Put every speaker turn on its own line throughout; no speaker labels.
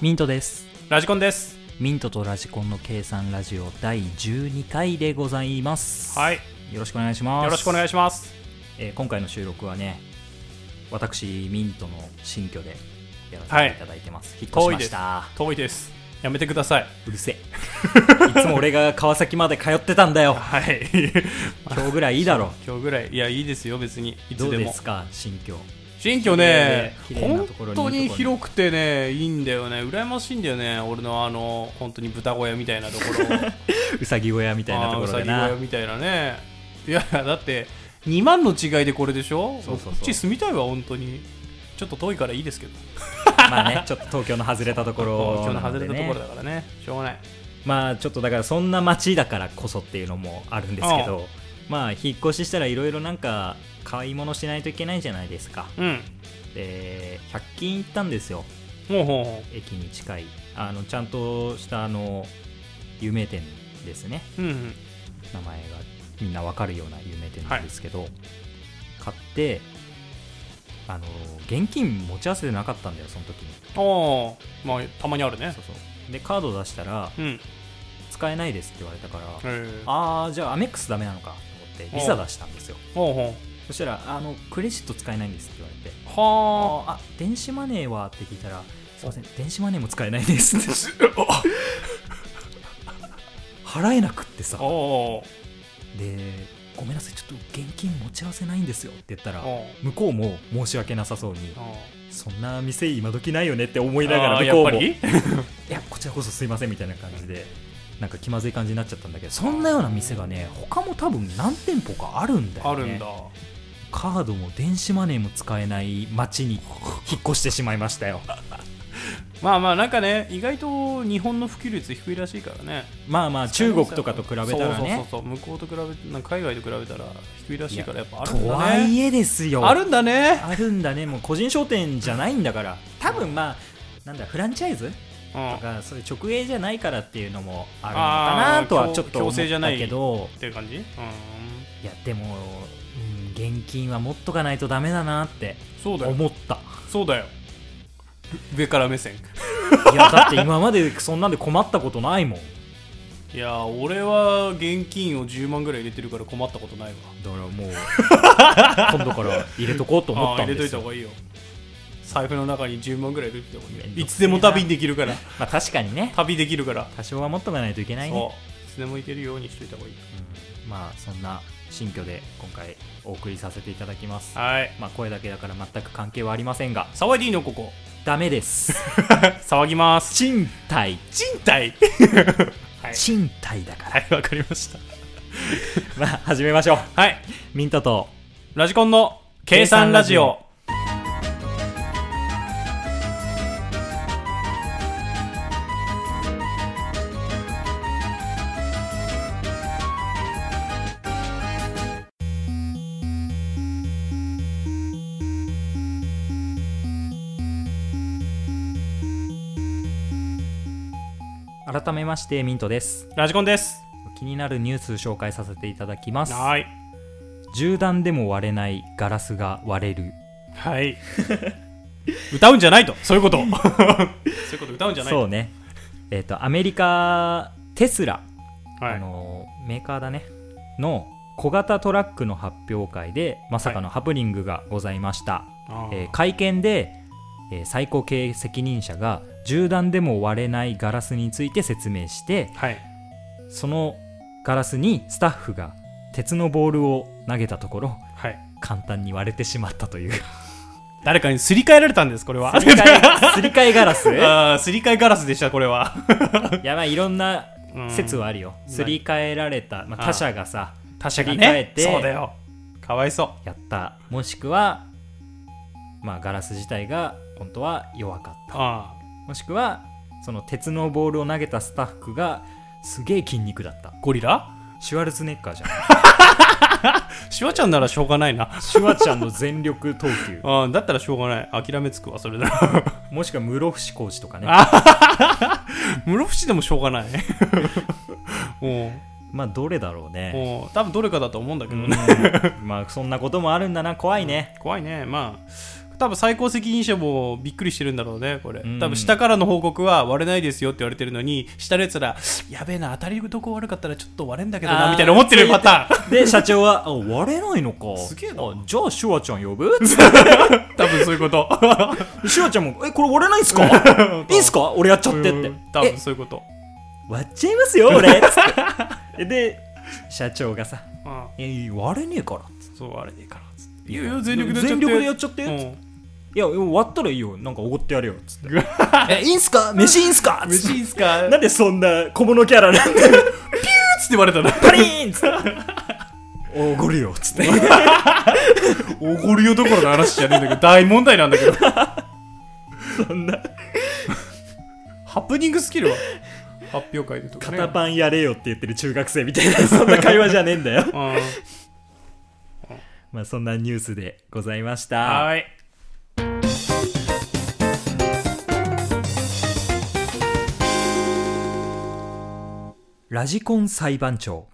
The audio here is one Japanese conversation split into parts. ミントです
ラジコンです
ミントとラジコンの計算ラジオ第12回でございます
はい
よろしくお願いします
よろしくお願いします
えー今回の収録はね私ミントの新居でやらせていただいてます、引っ越しました
遠いですやめてくださいう
るせえいつも俺が川崎まで通ってたん だよ
はい
今日ぐらいいいだろ
今日ぐらいいやいいですよ別にいつ
どう
で
で
も
すか新居
新居ね
綺麗で綺麗な
本
ところに
当に
いいところに
広くてねいいんだよね羨ましいんだよね俺のあの本当に豚小屋みたいな ところみ
うさぎ小屋みたいなところ
うさ
で
ぎ小屋
な
みたいなねいやだって2万の違いでこれでしょ
そうそうそう
こっち住みたいわ本当にちょっと遠いからいいですけど
まあねちょっと東京の外れたところ
今日の
なの
外
で
れたと
ね
ころだからねしょうがない
まあちょっとだからそんな街だからこそっていうのもあるんですけどまあ引っ越ししたらいろいろなんか買い物しないといけないじゃないですか
うん
で100均行ったんですよ
ほうほうほ
駅に近いあのちゃんとしたあの有名店ですね
ううんうん
名前がみんなわかるような有名店なんですけど、買ってあの現金持ち合わせてなかったんだよその時に
ああまあたまにあるね
そうそうでカード出したら
うんへ
使えないですって言われたから、
え
ああじゃあアメックスダメなのかと思ってビザ出したんですよ
ほうほ
そしたらあのクレジット使えないんですって言われて
うは
ああ電子マネーはって聞いたらすいません電子マネーも使えないですって 払えなくってさ
あお
でごめんなさいちょっと現金持ち合わせないんですよって言ったら
お
向こうも申し訳なさそうにそんな店今時ないよねって思
い
いながら向こうもい
やっぱり
やこちらこそすいませんみたいな感じでなんか気まずい感じになっちゃったんだけどそんなような店がね他も多分何店舗かあるんだよね
あるんだ
カードも電子マネーも使えない街に引っ越してしまいました よ
まあまあなんかね意外と日本の普及率低いらしいからね
まあまあ中国とかと比べたら
そうそう
ね
そうそう向こうと比べてなんか海外と比べたら低いらしいからやっぱあるん
と
だ
は
ね
いえですよ
あるんだね
あるんだねもう個人商店じゃないんだから多分まあなんだフランチャイズ
うん
と
っ
かそういう直営じゃないからっていうのもあるのかなとはちょっと思った
あー強強制じゃない
けど
ていう感じうん
いやでも、うん、現金は持っとかないとダメだなって
そうだよ
思 った
そうだよ上から目線
いやだって今までそんなんで困ったことないもん
いや俺は現金を10万ぐらい入れてるから困ったことないわ
だからもう今度から入れとこうと思
あ
っ
あ
たん
入
で
れ
す
と
よ
いた方がいいよ財布の中に10万ぐらい入れといた方が
めん
い
ど
い
くせえ
よ
ない
つでも旅にできるから
まあ確かにね
旅できるから
多少は持っとかないといけないね、
そういつでも行けるようにしといた方がいい
うんまあそんな新居で今回お送りさせていただきます
はい
まあ声だけだから全く関係はありませんが
騒いでいいのここ
ダメです
騒ぎ ます
賃貸
賃貸はい
賃貸だから、
はいわかりました
まあ始めましょう
はい
ミントと
ラジコンの計算ラジオ
改めましてミントです
ラジコンです
気になるニュース紹介させていただきます
はい
銃弾でも割れないガラスが割れる
はい 歌うんじゃないとそう いうことそういうこと歌うんじゃないと
そうねえっ、とアメリカテスラ、
は
あ
い
のメーカーだねの小型トラックの発表会でまさかのハプニングがございました、
あ
えー
ー
会見で、えー最高経営責任者が銃弾でも割れないガラスについて説明して
はい
そのガラスにスタッフが鉄のボールを投げたところ
はい
簡単に割れてしまったというす
誰かにすり替えられたんですこれは
り替えすり替えガラ ス
あーすり替えガラスでしたこれは
やばいいろんな説はあるよ
うん
すり替えられた、まあ、
ああ
他者がさ
他社が
すり替え
ね
て
そうだよかわいそう
やったもしくは、まあ、ガラス自体が本当は弱かった
あ
もしくはその鉄のボールを投げたスタッフがすげえ筋肉だった
あゴリラ
シュワルツェネッカーじゃ ん
シュワちゃんならしょうがないな
シュワちゃんの全力投球
ああだったらしょうがない諦めつくわそれなら
もしくは室伏コーチとかね
あ室伏でもしょうがない も
まあどれだろう
う
ね
もう多分どれかだと思うんだけどね、
うんまあそんなこともあるんだな怖いね
怖いねまあ多分最高責任者もびっくりしてるんだろうねこれ
うん
多分下からの報告は割れないですよって言われてるのに下のやつらやべえな当たりどこ悪かったらちょっと割れんだけど
あ
な
ー
みたいな思ってるパターン
で社長は「あ割れないのか
すげえな
あじゃあシュワちゃん呼 ぶ?」つっ
多分そういうこと
てシュワちゃんも「えこれ割れないんすか いいんすか俺やっちゃって」って
うん
「
多
え
分そういうこと
割っちゃいますよ 俺」つってで社長がさ
う
「
ん
いや割れねえから」つっ
そうあれでいいからつって
て
いやいや全力で
全力でやっちゃって」
て
つって
うん
いや、割ったらいいよ。なんかおごってやるよ。つ って。え、いいんすか飯いいんすかつって
飯いいっすか
なんでそんな小物キャラなんだよ。
つって言われたら
パリーンつって。おごるよ。つ って。
おごるよどころの話じゃねえんだけど大問題なんだけど
そんな、
ハプニングスキルは発表会でとかね
肩パンやれよって言ってる中学生みたいな、そんな会話じゃねえんだよ。
うん
まあ、そんなニュースでございました。
はい
ラジコン裁判長。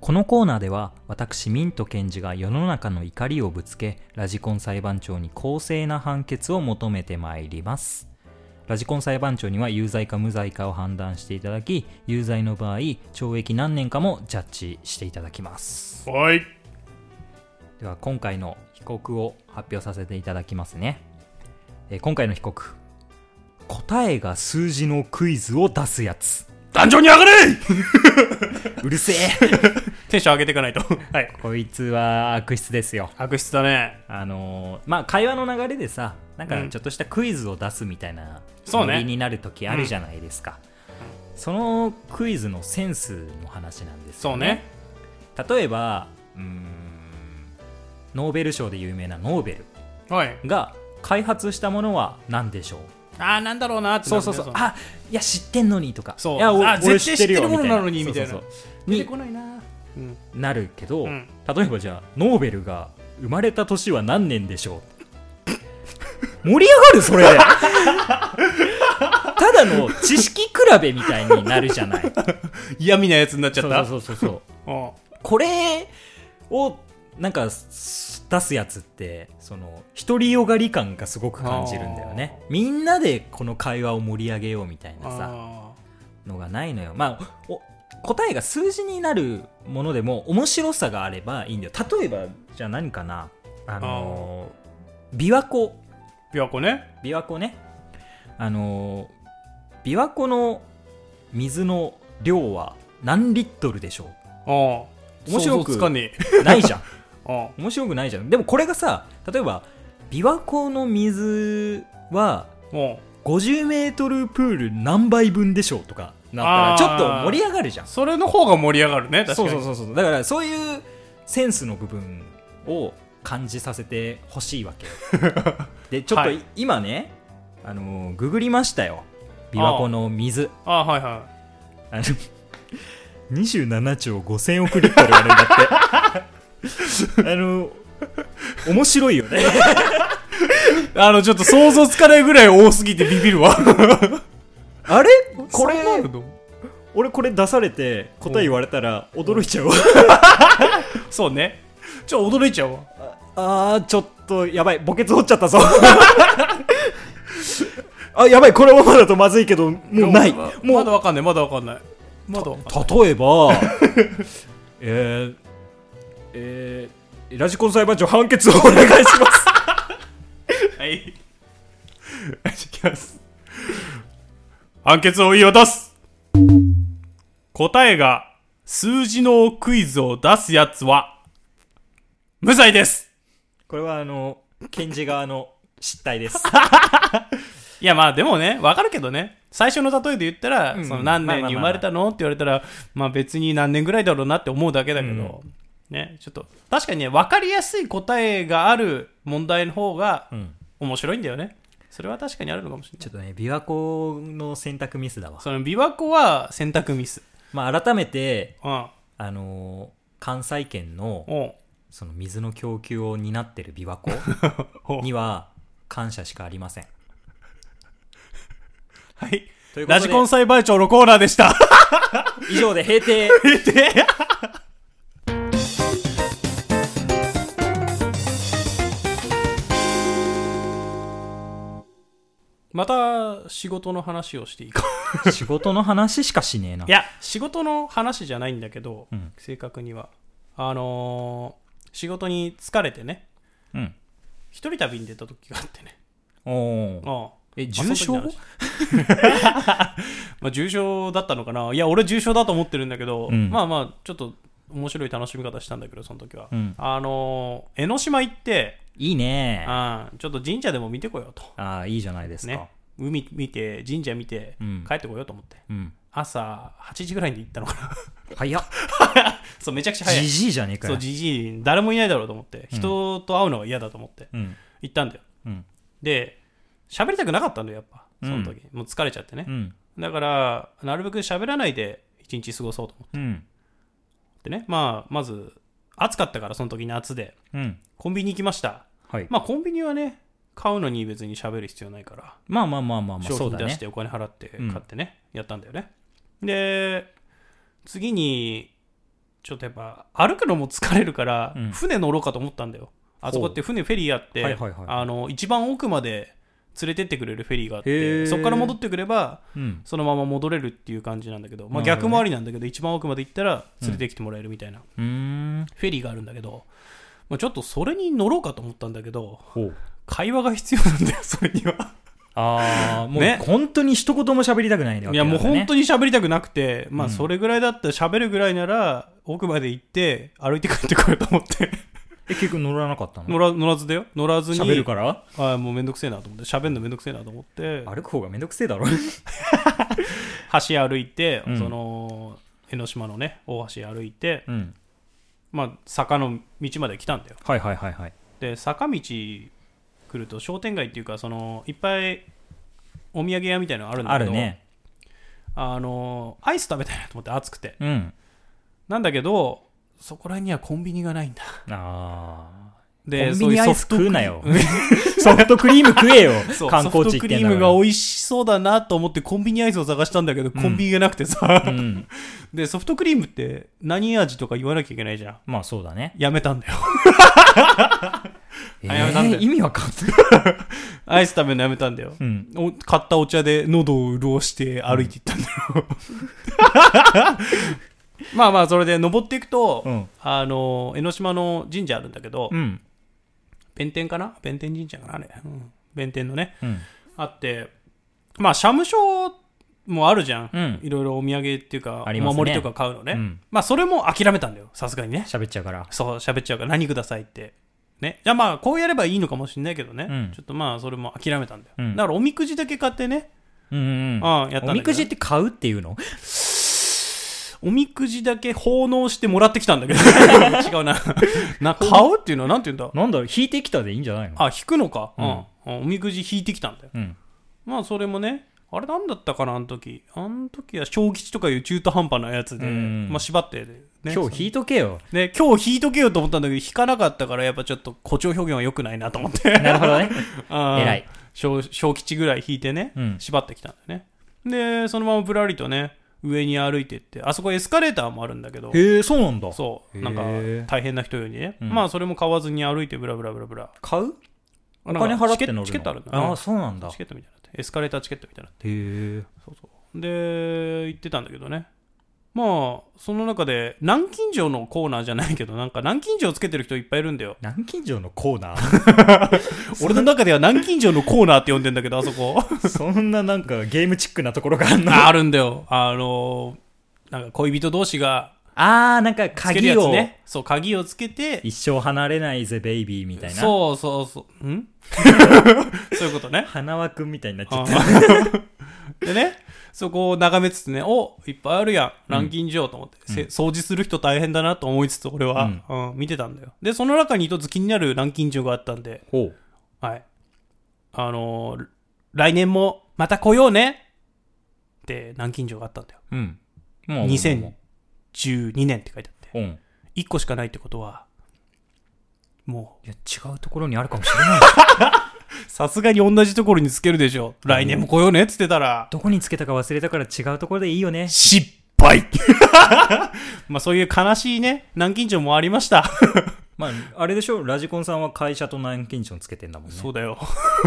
このコーナーでは私ミント検事が世の中の怒りをぶつけラジコン裁判長に公正な判決を求めてまいりますラジコン裁判長には有罪か無罪かを判断していただき有罪の場合懲役何年かもジャッジしていただきます
はい
では今回の被告を発表させていただきますね、えー今回の被告答えが数字のクイズを出すやつ
壇上に上がれ
うるせえ
テンション上げてい かないとはい
こいつは悪質ですよ
悪質だね
あのーまあ会話の流れでさなん
う
か
ん
ちょっとしたクイズを出すみたいな
そうね
ノリになる時あるじゃないですか、そのクイズのセンスの話なんです
そ
よ
うね
例えばうーんノーベル賞で有名なノーベ
はい
ルが開発したものは何でしょう
ああなんだろうなって
そう
なるね
そうそう
あ
あいや知ってんのにとか
そう
いやお
あ
俺
絶対知ってる
よ
ものなのにみたいな
そうそうそう
出て
に
こないなうん
なるけど、
うん
例えばじゃあノーベルが生まれた年は何年でしょう 盛り上がるそれただの知識比べみたいになるじゃない
嫌味なやつになっちゃった
そうそうそうそう
うん
これをなんかす出すやつってその独りよがり感がすごく感じるんだよねみんなでこの会話を盛り上げようみたいなさ
あ
のがないのよ。まあ、お答えが数字になるものでも面白さがあればいいんだよ。例えば、じゃあ何かなあのー琵琶湖。
ー琵琶湖ね
琵琶湖ね。あのー琵琶湖の水の量は何リットルでしょ
うん面
面白く
つかね
うないじゃん。
えうん
面白くないじゃん。でもこれがさ、例えば、琵琶湖の水は
うん
50メートルプール何杯分でしょうとかなったら、ちょっと盛り上がるじゃん。
それの方が盛り上がるね確か
そう
に
そうそうそうだからそういうセンスの部分を感じさせてほしいわ けでちょっと、
はい
今ねあのーググりましたよ琵琶湖の水
ああはいは
あの27兆5000億リットルあるんだってあのー面白いよね
いあのちょっと想像つかないぐらい多すぎてビビるわ
あれこれ
そうなるの
俺これ出されて答え言われたら驚いちゃうわ
そうねちょっと驚いちゃうわ
あーちょっとやばい墓穴掘っちゃったぞ あやばいこれオファーだとまずいけどもうない
まだ
も
ま
う
だわかんないまだわかんないまだわかんない
例えば えー、えー、ラジコン裁判長判決をお願いします
はい。いきます。判決を言い渡す答えが数字のクイズを出すやつは、無罪です
これはあの検事側の失態です
いやまあでもね、わかるけどね。最初の例えで言ったら、
ん
その何年に生まれたのって言われたら、まあ別に何年ぐらいだろうなって思うだけだけど、ね、ちょっと、確かにね、わかりやすい答えがある問題の方が
ん
面白いんだよね。それは確かにあるのかもしれな い
ちょっとね琵琶湖の選択ミスだわ
その琵琶湖は選択ミス。
まあ改めて
うん。
あのー関西圏の
おう
その水の供給を担ってる琵琶湖 には感謝しかありません
はい
ということで
ラジコン裁判長のコーナーでした。
以上で閉廷
でまた仕事の話をしていこう
仕事の話しかしねえない
や仕事の話じゃないんだけど、
うん
正確にはあのー仕事に疲れてね
うん
一人旅に出た時があってね
おお
ああ
え重症
まあその時の話まあ重症だったのかないや俺重症だと思ってるんだけど、
うん
まあまあちょっと面白い楽しみ方したんだけどその時は、
うん
あのー江ノ島行って、
いいね
ああちょっと神社でも見てこようと
ああいいじゃないですか、
ね海見て神社見て、
うん
帰ってこようと思って
うん
朝8時ぐらいに行ったのかな
早っ
そうめちゃくちゃ早い
じじいじゃねえか
そ
よ
うじじい誰もいないだろうと思って
うん
人と会うのが嫌だと思って
うん
行ったんだよ
うん
で喋りたくなかったんだよやっぱその時、もう疲れちゃってね
う、ん
だからなるべく喋らないで一日過ごそうと思
うん
ってねまあまず暑かったからその時夏で
うん
コンビニ行きました
はい
まあコンビニはね買うのに別に喋る必要ないから
まあまあまあまあまあそ
商
う
品
だ
出し
ね
てお金払って
うん
買ってね、やったんだよねで次にちょっとやっぱ歩くのも疲れるから
うん
船乗ろうかと思ったんだよ、あそこって船フェリーあって、
はいはいはい
あの一番奥まで連れてってくれるフェリーがあっ
へ
て
ー
そこから戻ってくれば
うん
そのまま戻れるっていう感じなんだけど、まあ、
なるほど
逆
ね
回りなんだけど一番奥まで行ったら連れてきてもらえるみたいな、
うーん
フェリーがあるんだけど、まあ、ちょっとそれに乗ろうかと思ったんだけど
ほう
会話が必要なんだよそれには
ああもう
ね
本当に一言も喋りたくないわけだ
いやもう本
当
当に喋りたくなくて、まあ
うん
それぐらいだったら喋るぐらいなら奥まで行って歩いて帰ってこようと思って
え結局乗らなかったの
乗ら乗らずだよ乗らずに
喋るから
ああもうめんどくせえなと思って喋るのめんどくせえなと思って
歩く方がめんどくせえだろ
橋歩いて、
うん
その江ノ島のね大橋歩いて、
うん
まあ坂の道まで来たんだよ
はいはいはいはい
で坂道来ると商店街っていうかそのいっぱいお土産屋みたいなのあるんだ
あ
けど
るね
あのアイス食べたいなと思って暑くて
うん
なんだけどそこら辺にはコンビニがないんだ
ああ
で
コンビニアイス
そういうソフト
食うなよ ソフトクリーム食えよ
そう
観光
ソ
地
フ
行
トク
って
リ
んだ
ーム
か
が
ら
美味しそうだなと思ってコンビニアイスを探したんだけど、コンビニがなくてさ、
うん
でソフトクリームって何味とか言わなきゃいけないじゃん
まあそうだね
やめたんだよ
え
やめたんだ
ー
よ
意味わかんない
アイス食べるのやめたんだよ
うん
お買ったお茶で喉を潤して歩いていったんだ よ、まあまあそれで登っていくと、
うん
あの江ノ島の神社あるんだけど、
うん
弁天かな弁天神社かなあれ、うん弁天のね
うん
あってまあ社務所もあるじゃん、
うん
いろいろお土産っていうか、
ありますね
お守りとか買うのね、
うん
まあそれも諦めたんだよさすがにね
喋っちゃうから
そう喋っちゃうから何くださいってねじゃあまあこうやればいいのかもしれないけどね、
うん
ちょっとまあそれも諦めたんだよ、
うん
だからおみくじだけ買ってね
うんうんうん
ああやったんだけど
おみくじって買うっていうの
おみくじだけ奉納してもらってきたん だけど違うなな買うっていうのはなんて言うんだ
なんだろう引いてきたでいいんじゃないの
あ引くのか、うんおみくじ引いてきたんだよ
うん
まあそれもねあれなんだったかなあの時あの時は小吉とかいう中途半端なやつで、
うん
まあ縛ってね
今日引いとけよ
ね、今日引いとけよと思ったんだけど、引かなかったから、やっぱちょっと誇張表現は良くないなと思 って。
なるほどね
偉
偉い。
小小吉ぐらい引いてね、
うん
縛ってきたんだよね。で、そのままぶらりとね、上に歩いてって、あそこエスカレーターもあるんだけど、
へえそうなんだ
そう、
へー
なんか大変な人よりね、
うん
まあそれも買わずに歩いてぶらぶらぶらぶら。
買う
お
お金払って乗るの
チケットあるんだ。
あ
う
あ
ん
そうなんだへ
チケットみたいになって、エスカレーターチケットみたいになって。
え
そうそうで行ってたんだけどねまあその中で南京錠のコーナーじゃないけどなんか南京錠つけてる人いっぱいいるんだよ
南京錠のコーナー
俺の中では南京錠のコーナーって呼んでんだけどあそ こ
そんななんかゲームチックなところがあんの
ああるんだよあのなんか恋人同士が
あーなんか
つける
鍵
やつ
を
ねそう鍵をつけて
一生離れないぜベイビーみたいな
そうそうそうん そういうことね
花輪くんみたいになっちゃ
あ
っ
ーでねそこを眺めつつねおいっぱいあるやん南京錠と思って、せ掃除する人大変だなと思いつつ俺は、うん見てたんだよでその中に一つ気になる南京錠があったんで
ほう
はいあのー来年もまた来ようねって南京錠があったんだよ
うんも
2012年って書いてあって
うん
1個しかないってことはも
いや違うところにあるかもしれない
うさすがに同じところにつけるでしょ来年も来ようねっつってたら
どこにつけたか忘れたから違うところでいいよね
失敗まあそういう悲しいね、南京錠もありました。
まあ、あれでしょラジコンさんは会社と南京錠つけてんだもんね。
そうだよ。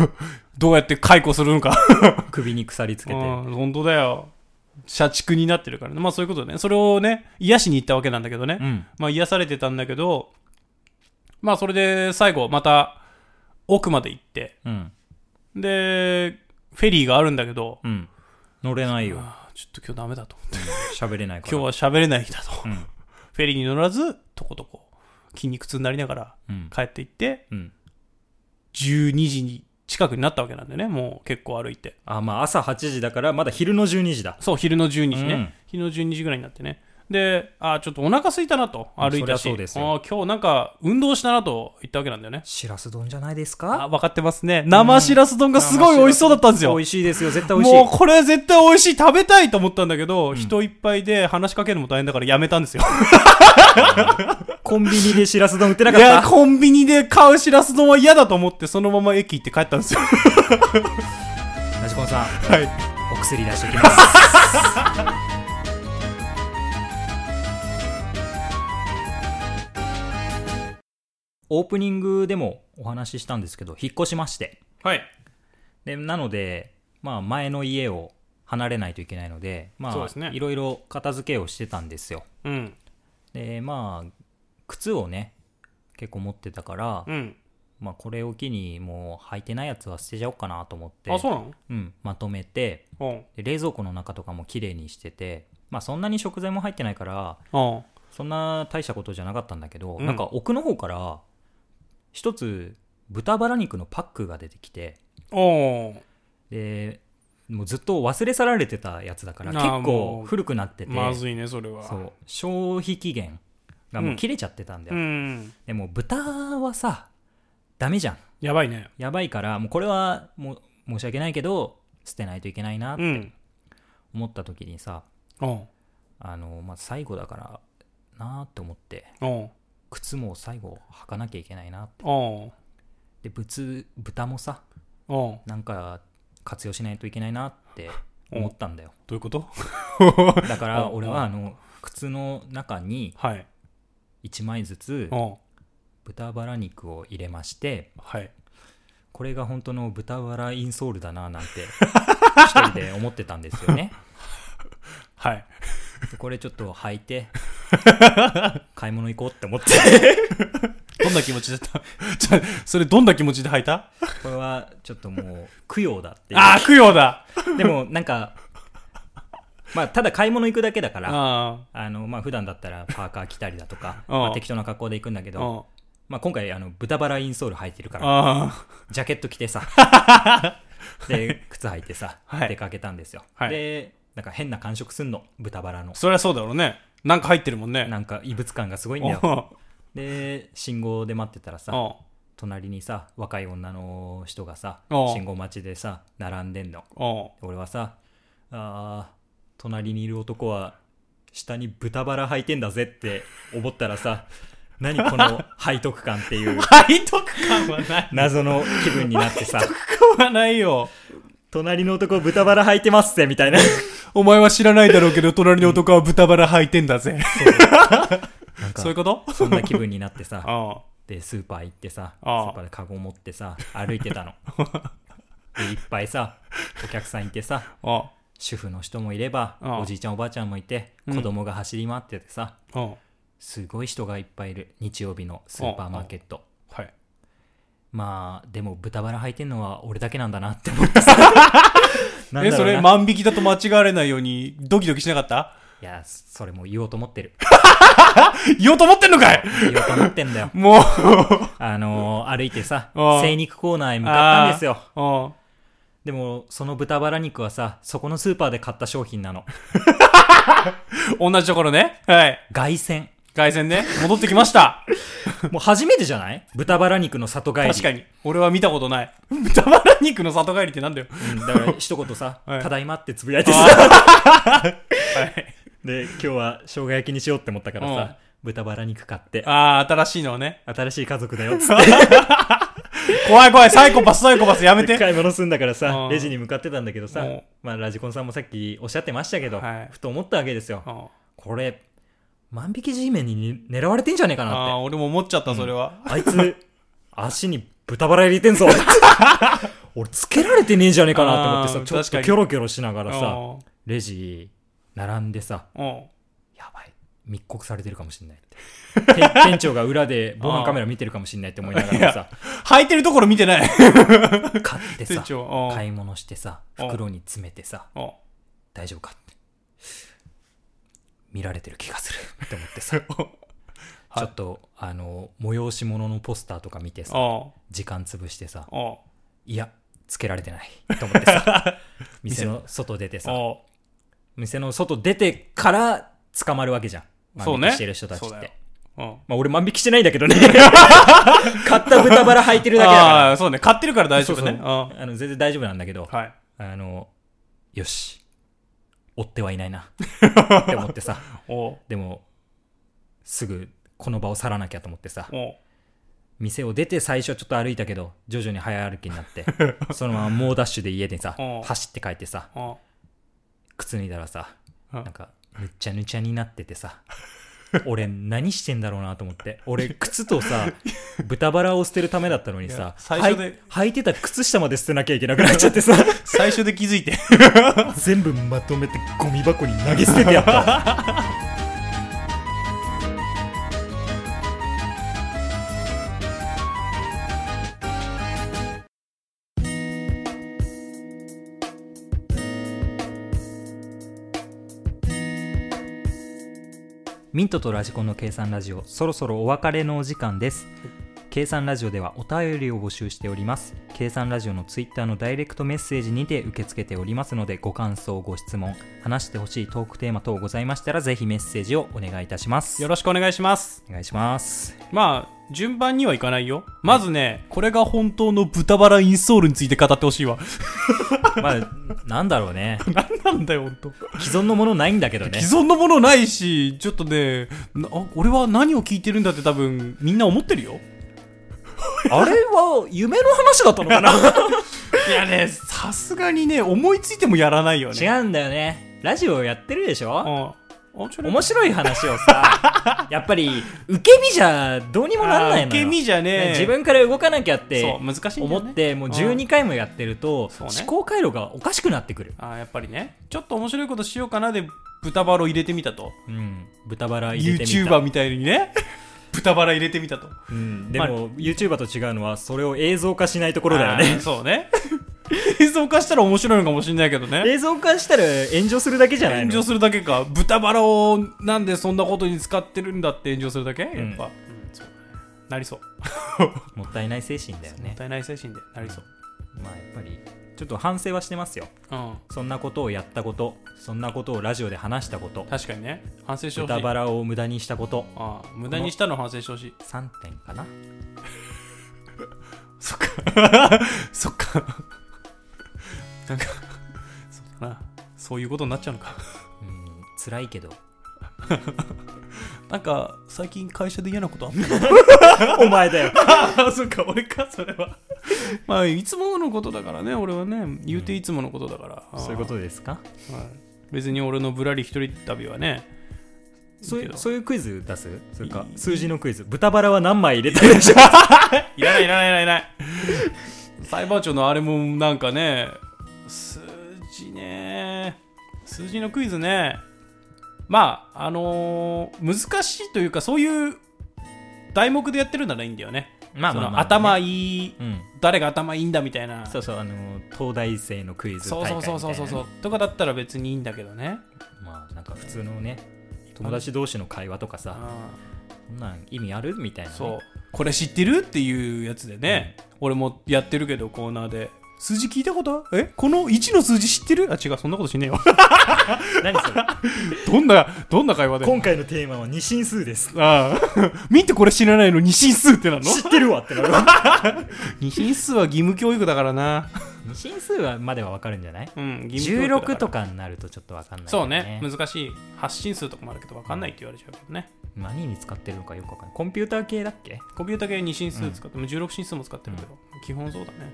どうやって解雇するのか。
首に鎖つけ
う
て。
ん、本当だよ。社畜になってるからね。まあそういうことね。それをね、癒しに行ったわけなんだけどね。
うん。
まあ癒されてたんだけど、まあそれで最後また奥まで行って、
うん。
で、フェリーがあるんだけど、
うん。乗れないよ。
あーちょっと今日ダメだと。
喋れないから。
今日は喋れない日だと。
うん。
フェリーに乗らず、とことこ筋肉痛になりながら
うん。
帰って行って、
うん。
12時に近くになったわけなんでね、もう結構歩いて。
あ、まあ朝8時だから、まだ昼の12時だ。
そう、昼の12時ね。
うん
昼の12時ぐらいになってね。で、あーちょっとお腹空いたなと、歩いたし、
そりゃそうですよ
あー今日なんか運動したなと言ったわけなんだよね。
しらす丼じゃないです
あ
か
分かってますね。生しらす丼がすごい美味しそうだったんですよ
美。味しいですよ。絶対美味しい。
もうこれ絶対美味しい食べたいと思ったんだけど、人いっぱいで話しかけるのも大変だからやめたん ですよ。
コンビニでしらす丼売ってないかっ
や、
た。
コンビニで買うしらす丼は嫌だと思って、そのまま駅行って帰ったんですよ。
ラジコンさん、
はい。
お薬出しておきます。 オープニングでもお話ししたんですけど、引っ越しまして。
はい。
でなので、まあ、前の家を離れないといけないので,、ま
そう
あ
ですね
いろいろ片付けをしてたんですよ
うん。
でまあ靴をね結構持ってたから、
うん。
まあ、これを機にもう履いてないやつは捨てちゃおうかなと思って
あ、そうなの
うん、まとめて
うん。
で冷蔵庫の中とかも綺麗にしてて、まあ、そんなに食材も入ってないから
うん。
そんな大したことじゃなかったんだけど、
うん
なんか奥の方から一つ豚バラ肉のパックが出てきて
うん。
でもうずっと忘れ去られてたやつだから
あ
結
ーも
構
う
古くなってて、
まずいね、それは。
そう消費期限がもう切れちゃってたんだよ、
うん。
でも豚はさダメじゃん
やばいね。
やばいからもうこれはもう申し訳ないけど捨てないといけないなと
うん。
思った時にさ、
うん。
あのまあ、最後だからなーって思って
うん。
靴も最後履かなきゃいけないな
うん。
で仏豚もさ
うん。
なんか活用しないといけないなって思ったんだよ
どういうこと
だか
う
ら
ん
俺はあの靴の中に
はい。
1枚ずつ
うん。
豚バラ肉を入れまして
はい。
これが本当の豚バラインソールだななんて一人で思ってたんですよね
はい。
でこれちょっと履いて買い物行こうって思って
どんな気持ちだった ちょそれどんな気持ちで履いた
これはちょっともう供養だってい
ああ、供養だ
うでもなんかまあただ買い物行くだけだから
あ
あのまあ普段だったらパーカー着たりだとか、
うん
まあ適当な格好で行くんだけ
あ。う
ど、
ん。
まあ、今回あの豚バラインソール履いてるから
あ
ジャケット着 てさで靴履いてさ、
はい
出かけたんですよ、
はい
でなんか変な感触すんの豚バラの
あ。そりゃそうだろうね。なんか入ってるもんね。
なんか異物感がすごいん
お
だよ
う
で信号で待ってたらさ
お
隣にさ若い女の人がさ
お
信号待ちでさ並んでんの
うお
俺はさあー隣にいる男は下に豚バラ履いてんだぜって思ったら さ何この背徳感っていう
う 背徳感はない。
謎の気分になってさ
感はないよ。
隣の男豚バラ履いてますぜみたいな
お前は知らないだろうけど、隣の男は豚バラ履いてんだぜ。
なんか
そういうこと
そんな気分になってさ
あ
でスーパー行ってさス
ああ
ーパーでカゴ持ってさ歩いて たのでいっぱいさお客さんいてさ
あ。あ
主婦の人もいれば
ああ
おじいちゃんおばあちゃんもいて
うん
子供が走り回っててさ、
あ。うん
すごい人がいっぱいいる日曜日のスーパーマーケット
はい。
まあでも豚バラ履いてんのは俺だけなんだなって思って さなん
え、
だろ
そう
な
れ万引きだと間違われないように、ドキドキしなかった
いやそれも言おうと思ってる
言おうと思ってんのかい
言おうと思ってん だよ
もう。
あのー歩いてさ
ああ
精肉コーナーへ向かったんですよ
あ
でもその豚バラ肉はさそこのスーパーで買った商品なの
あ。同じところね。はい。
凱旋
凱旋ね。戻ってきました。
もう初めてじゃない豚バラ肉の里帰り
確かに。俺は見たこ とない。豚バラ肉の里帰りってなんだよ。
うんだから一言さ「
はい
ただいま」ってつぶやいて
あ
さ
はい。
で今日は生姜焼きにしようって思ったからさ、豚バラ肉買って
ああ、新しいのはね。
新しい家族だよっつって
怖い怖い、サイコパス、サイコパス、やめて。
買い物すんだからさ
うん
レジに向かってたんだけどさ
うん、
まあ、ラジコンさんもさっきおっしゃってましたけど、
はい
ふと思ったわけですよ
うん
これ万引き G メンにに狙われてんじゃねえか
あ
な
あ
っ
ー、俺も思っちゃった、それは。
て。あいつ、足に豚バラ入れて んぞ俺つけられてねえんじゃねえかなって思って
あ
さ、
ー
ちょっ
確か
と
に
キョロキョロしながらさ、
あ
レジ並んでさ、
ーうん。
やばい。密告されてるかもしんないって。 て店長が裏で防犯カメラ見てるかもしんないって思いながらさ、
履いてるところ見てない。
買って
店
さ、
長。うん
買い物してさ、
うん
袋に詰めてさ、
うん
大丈夫かって。見られてる気が するって思ってさ、ちょっと、あの、催し物のポスターとか見てさ、
う
時間潰してさ、
ん。うん。
いや、つけられてないと思ってさ、 店の外出てさ、
あ
店の外出てから捕まるわけじゃん。
そうね
万引きしてる人たち
そう
っ
だよ
て。
うん。
まあ俺万引きしてないんだけ どね。買った豚バラ履いてるだけだから。
ああ、そうね。買ってるから大丈夫
そう
ね。
うんそうあの全然大丈夫なんだけど、
はい。
あの、よし。追ってはいない な。って思ってさ。
おう
でも、すぐこの場を去らなきゃと思ってさ。
おう
店を出て最初ちょっと歩いたけど、徐々に早歩きにな って、そのまま猛ダッシュで家でさ
うん、
走って帰ってさ、
おう
靴脱いだらさ、
う
なんんか、ぬっちゃぬちゃになっててさ、俺何してんだろうなと思って。俺、靴とさ、豚バラを捨てるためだったのに
い
さ
や、最初で
はい履いてた靴下まで捨てなきゃいけなくなっちゃって さ、
最初で気づいて。
全部まとめてゴミ箱に投げ捨ててやった。ミントとラジコンの計算ラジオそろそろお別れのお時間です計算ラジオではお便りを募集しております計算ラジオのツイッターのダイレクトメッセージにて受け付けておりますのでご感想ご質問話してほしいトークテーマ等ございましたらぜひメッセージをお願いいたします
よろしくお願いします。
お願いします
まあ、順番にはいかないよ。まずね、これが本当の豚バラインソールについて語ってほしいわ。
まあなんだろうね
何なんだよ、本当。
既存のものないんだけどね
既存のものないし、ちょっとね、なあ俺は何を聞いてるんだって多分、みんな思ってるよ。
あれは夢の話だったのか
いやね、さすがにね、思いついてもやらないよね。
な違うんだよねラジオやってるでしょ
うん。面白
面白い話を さやっぱり受け身じゃどうにもなんないのよ
受け身じゃね
ね自分から動かなきゃって
そう、難しいんだ
思
よね。
ってもう
うん
12回もやってると
そう
思
ね
考回路がおかしくなってくる、
あーやっぱりねちょっと面白いことしようかなで豚バラを入れてみたと
うん、豚バラ入れてみた
YouTuber みたいにね 豚バラ入れてみたと
うん、で
ま
も YouTuber と違うのはそれを映像化しないところだよ
あー
ね
そう ね映像化したら面白いのかもしれないけどね
映像化したら炎上するだけじゃない
炎
の
上するだけか豚バラをなんでそんなことに使ってるんだって炎上するだけ、
ん
やっぱ、うんそうねなりそう
もったいない精神だよ
もっ
ね
たいない精神でなりそう、
まあやっぱりちょっと反省はしてますよ
うん、
そんなことをやったことそんなことをラジオで話したこと
確かにね反省してほしい
豚バラを無駄にしたこと
あー無駄にしたの反省してほしい
3点かな
そっか。 そっか。なんか、そうだな。そういうことになっちゃうのか。
うん辛いけど
なんか、最近会社で嫌なことあっ
お前だよ
た あ、そっか、俺か、それは。 まあ、いつものことだからね、俺はね。言うていつものことだから。
そういうことですか
と、はい別に俺のぶらり一人旅はね。
そうい
け
う
ど
そういうクイズ出すそれか
いい
数字のクイズ豚バラは何枚入れたでしょ
いらない、いらない、いらないいらない。裁判長のあれもなんかね、数字ね、数字のクイズね、まあ、あのー難しいというか、そういう題目でやってるならいいんだよね。
まあまあまあ
そ
ね
の頭いい、
うん
誰が頭いいんだみたいな。
そうそうあの東大生のクイズ大
そ
会
う
みたい
そ
な
うそうそうそうそう。とかだったら別にいいんだけどね。
まあなんか普通のね友達同士の会話とかさ
う
そんなん意味あるみたいなんね
そう。これ知ってるっていうやつでね、俺もやってるけど、コーナーで。数字聞いたことあえこの1の数字知ってるあ、違う、そんなことしねえよ。
何そ れ
どんな、どんな会話で。
今回のテーマは二進数です
あ あ。見てこれ知らないの二進数ってなの
知ってるわってなる
二進数は義務教育だからな。
二進数はまではわかるんじゃない
うん、義務教育だ
16と
か。
かになるとちょっとわかんない
そ
よ
うね。難しい。発進数とかもあるけど分かんないって言われちゃうけどね。
何に使ってるのかよくわかんないコンピューター系だっけ
コンピュータ系二進数使っても、16進数も使ってるけど、基本そうだね。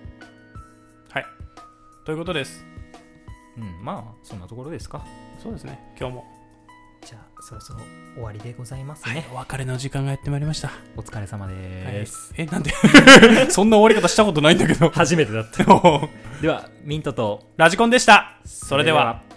はい。ということです。
うんまあそんなところですか
そうですね。今日も
じゃあそろそろ終わりでございます
はい
ね、、
お別れの時間がやってまいりました。は
お疲れ様
い
です、
え、なんで そんな終わり方したことないんだけど。
初めてだった ではミントと
ラジコンでした。それでは。